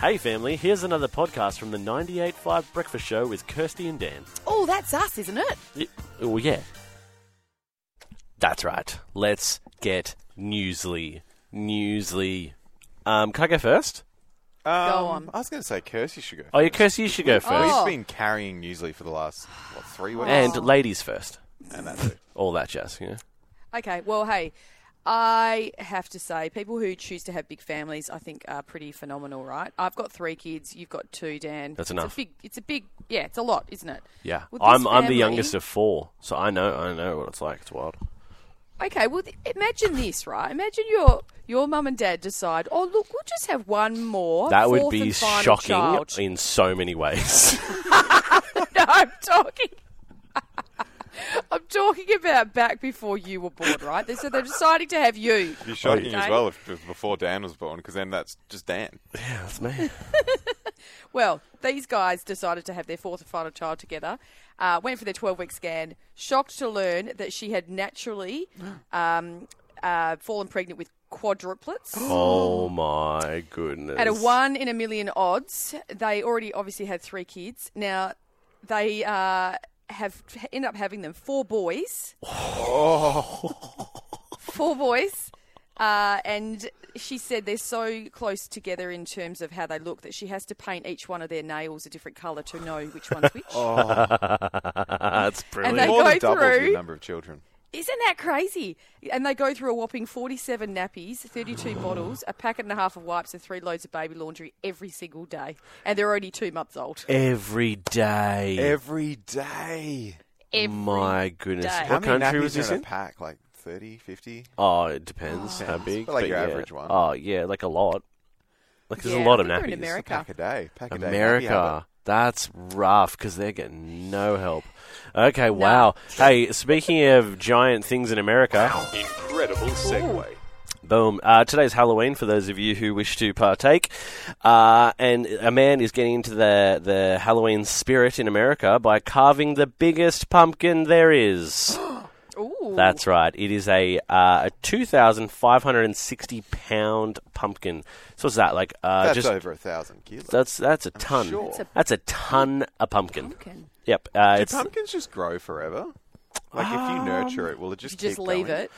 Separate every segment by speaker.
Speaker 1: Hey, family, here's another podcast from the 98.5 Breakfast Show with Kirsty and Dan.
Speaker 2: Oh, that's us, isn't it?
Speaker 1: Y- Oh, yeah. That's right. Let's get Newsly. Newsly. Um, can I go first?
Speaker 2: Go
Speaker 3: Um,
Speaker 2: on.
Speaker 3: I was going to say Kirsty should go.
Speaker 1: Oh, yeah, Kirsty, you should go first.
Speaker 2: Oh.
Speaker 3: We've been carrying Newsly for the last what three weeks,
Speaker 1: And ladies first.
Speaker 3: and that's it.
Speaker 1: All that jazz, you know?
Speaker 2: Okay, well, hey, I have to say, people who choose to have big families, I think, are pretty phenomenal, right? I've got three kids. You've got two, Dan.
Speaker 1: That's
Speaker 2: It's
Speaker 1: enough.
Speaker 2: a big. It's a big. Yeah, it's a lot, isn't it?
Speaker 1: Yeah.
Speaker 2: With this
Speaker 1: I'm, I'm the
Speaker 2: family-
Speaker 1: youngest of four, so I know, I know what it's like. It's wild.
Speaker 2: Okay, well, th- imagine this, right? Imagine your your mum and dad decide, oh look, we'll just have one more.
Speaker 1: That would
Speaker 2: fourth
Speaker 1: be
Speaker 2: and final
Speaker 1: shocking
Speaker 2: child."
Speaker 1: in so many ways.
Speaker 2: No, I'm talking. I'm talking about back before you were born, right? They- So they're deciding to have you.
Speaker 3: You're
Speaker 1: Oh,
Speaker 3: shocking
Speaker 2: Okay.
Speaker 3: as well if, if before Dan was born, because then that's just Dan.
Speaker 1: yeah, that's me.
Speaker 2: Well, these guys decided to have their fourth and final child together. Uh, went for their 12 week scan. Shocked to learn that she had naturally um, uh, fallen pregnant with quadruplets.
Speaker 1: Oh my goodness.
Speaker 2: At a one in a million odds, they already obviously had three kids. Now, they uh, have end up having them four boys. four boys. Uh, and she said they're so close together in terms of how they look that she has to paint each one of their nails a different colour to know which one's which.
Speaker 1: That's brilliant.
Speaker 2: And they
Speaker 3: More
Speaker 2: go
Speaker 3: than doubles
Speaker 2: through-
Speaker 3: the number of children.
Speaker 2: Isn't that crazy? And they go through a whopping 47 nappies, 32 bottles, a packet and a half of wipes, and three loads of baby laundry every single day. And they're already two months old.
Speaker 1: Every day.
Speaker 3: Every day.
Speaker 2: Every
Speaker 1: my goodness.
Speaker 2: day.
Speaker 3: How
Speaker 1: What
Speaker 3: many
Speaker 1: country
Speaker 3: nappies
Speaker 1: was
Speaker 3: are
Speaker 1: this
Speaker 3: in a
Speaker 1: in?
Speaker 3: pack? Like 30, 50?
Speaker 1: Oh, it depends how big.
Speaker 3: But like your
Speaker 1: yeah.
Speaker 3: average one.
Speaker 1: Oh, yeah, like a lot. Like there's
Speaker 2: Yeah,
Speaker 1: a lot
Speaker 2: I
Speaker 1: of
Speaker 2: think they're
Speaker 1: nappies.
Speaker 2: in America.
Speaker 3: Pack a day. Pack a day. Happy hour.
Speaker 1: America. That's rough because they're getting no help. Okay, wow. Hey, speaking of giant things in America,
Speaker 4: Incredible segue.
Speaker 1: boom. Uh, today's Halloween for those of you who wish to partake. Uh, and a man is getting into the, the Halloween spirit in America by carving the biggest pumpkin there is.
Speaker 2: Ooh.
Speaker 1: That's right. It is a uh, a two thousand five hundred and sixty pound pumpkin. So what's that like? Uh,
Speaker 3: That's
Speaker 1: just
Speaker 3: over a thousand kilos.
Speaker 1: that's that's a ton.
Speaker 3: sure.
Speaker 1: That's,
Speaker 3: That's
Speaker 1: a,
Speaker 3: a-
Speaker 1: ton of pumpkin.
Speaker 2: pumpkin.
Speaker 1: Yep. Uh,
Speaker 3: Do
Speaker 1: it's, Um,
Speaker 3: pumpkins just grow forever? Like if you nurture it, will it just
Speaker 2: You just
Speaker 3: keep
Speaker 2: leave
Speaker 3: going?
Speaker 2: it.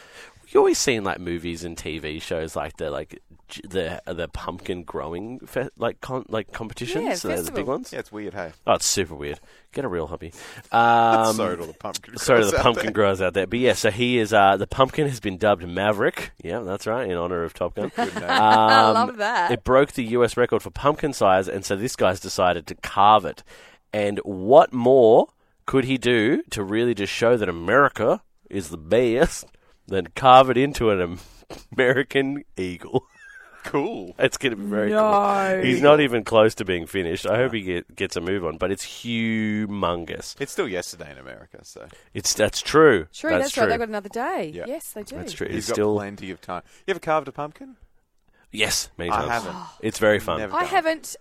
Speaker 1: you always see in like movies and TV shows like the like j- the the pumpkin growing fe- like con- like competitions.
Speaker 2: Yeah,
Speaker 1: so they're the big
Speaker 2: festival.
Speaker 1: ones.
Speaker 3: Yeah, it's weird. Hey,
Speaker 1: Oh, it's super weird. Get a real hobby. Um,
Speaker 3: so do all the pumpkin.
Speaker 1: Sorry to
Speaker 3: grows
Speaker 1: the
Speaker 3: out
Speaker 1: pumpkin
Speaker 3: there.
Speaker 1: growers out there. But yeah, so he is uh, the pumpkin has been dubbed Maverick. Yeah, that's right, in honor of Top Gun.
Speaker 3: Good name.
Speaker 2: I love that.
Speaker 1: Um, It broke the US record for pumpkin size, and so this guy's decided to carve it. And what more could he do to really just show that America is the best than carve it into an Am- American eagle?
Speaker 3: cool.
Speaker 1: It's going to be very cool. He's not even close to being finished. I hope he get, gets a move on, but it's humongous.
Speaker 3: It's still yesterday in America, so
Speaker 1: It's that's true.
Speaker 2: True,
Speaker 1: that's,
Speaker 2: that's, right.
Speaker 1: true.
Speaker 2: They've got another day.
Speaker 3: Yeah.
Speaker 2: Yes, they do.
Speaker 1: that's true.
Speaker 3: he's
Speaker 1: It's
Speaker 3: got
Speaker 1: still
Speaker 3: plenty of time. You ever carved a pumpkin?
Speaker 1: yes, many
Speaker 3: I
Speaker 1: times.
Speaker 3: haven't.
Speaker 1: It's very fun.
Speaker 3: Never
Speaker 2: I
Speaker 3: done.
Speaker 2: haven't.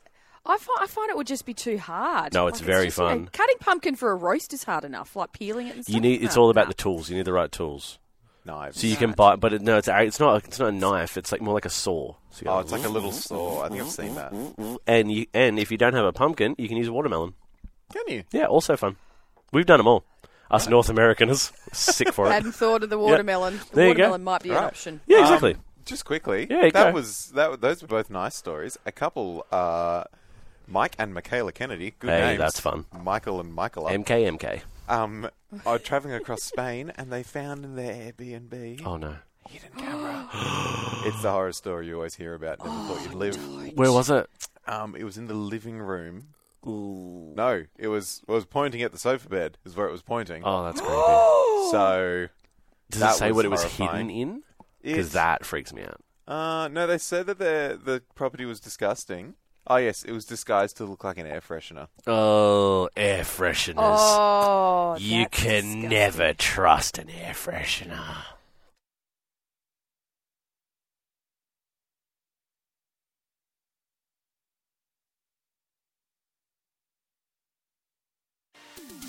Speaker 2: I find, I find it would just be too hard.
Speaker 1: No, it's very
Speaker 2: just, you know,
Speaker 1: fun.
Speaker 2: cutting pumpkin for a roast is hard enough, like peeling it and stuff.
Speaker 1: You need. It's
Speaker 2: No,
Speaker 1: all about
Speaker 2: no.
Speaker 1: the tools. You need the right tools.
Speaker 3: Knives.
Speaker 1: So you can buy, but it, no, it's a- it's not it's not a knife. It's like more like a saw. So you
Speaker 3: oh,
Speaker 1: go,
Speaker 3: it's like a little saw. I think I've seen that. Can
Speaker 1: and you and if you don't have a pumpkin, you can use watermelon.
Speaker 3: you?
Speaker 1: Yeah, also fun. We've done them all. Us North Americans, sick for it.
Speaker 2: Hadn't thought of the watermelon. The
Speaker 1: There you go.
Speaker 2: watermelon might be an
Speaker 3: Right.
Speaker 2: option.
Speaker 1: Yeah, exactly.
Speaker 3: Um, just quickly.
Speaker 1: Yeah,
Speaker 3: that
Speaker 1: go.
Speaker 3: was that. w- Those were both nice stories. A couple. Uh, Mike and Michaela Kennedy. Good
Speaker 1: Hey,
Speaker 3: names.
Speaker 1: that's fun.
Speaker 3: Michael and Michaela.
Speaker 1: MK MK.
Speaker 3: um, are traveling across Spain and they found in their Airbnb
Speaker 1: Oh no,
Speaker 3: hidden camera. it's the horror story you always hear about. Never thought you'd live.
Speaker 1: where was it?
Speaker 3: Um, it was in the living room. No, it was it was pointing at the sofa bed. Is where it was pointing.
Speaker 1: Oh, that's creepy.
Speaker 3: So
Speaker 1: Does
Speaker 3: That
Speaker 1: it say
Speaker 3: was
Speaker 1: what it was
Speaker 3: horrifying.
Speaker 1: hidden in?
Speaker 3: It's-
Speaker 1: Because that freaks me out.
Speaker 3: Uh, no, they said that the the property was disgusting. Oh yes, it was disguised to look like an air freshener.
Speaker 1: Oh, air fresheners.
Speaker 2: Oh,
Speaker 1: you
Speaker 2: that's
Speaker 1: can
Speaker 2: disgusting.
Speaker 1: never trust an air freshener.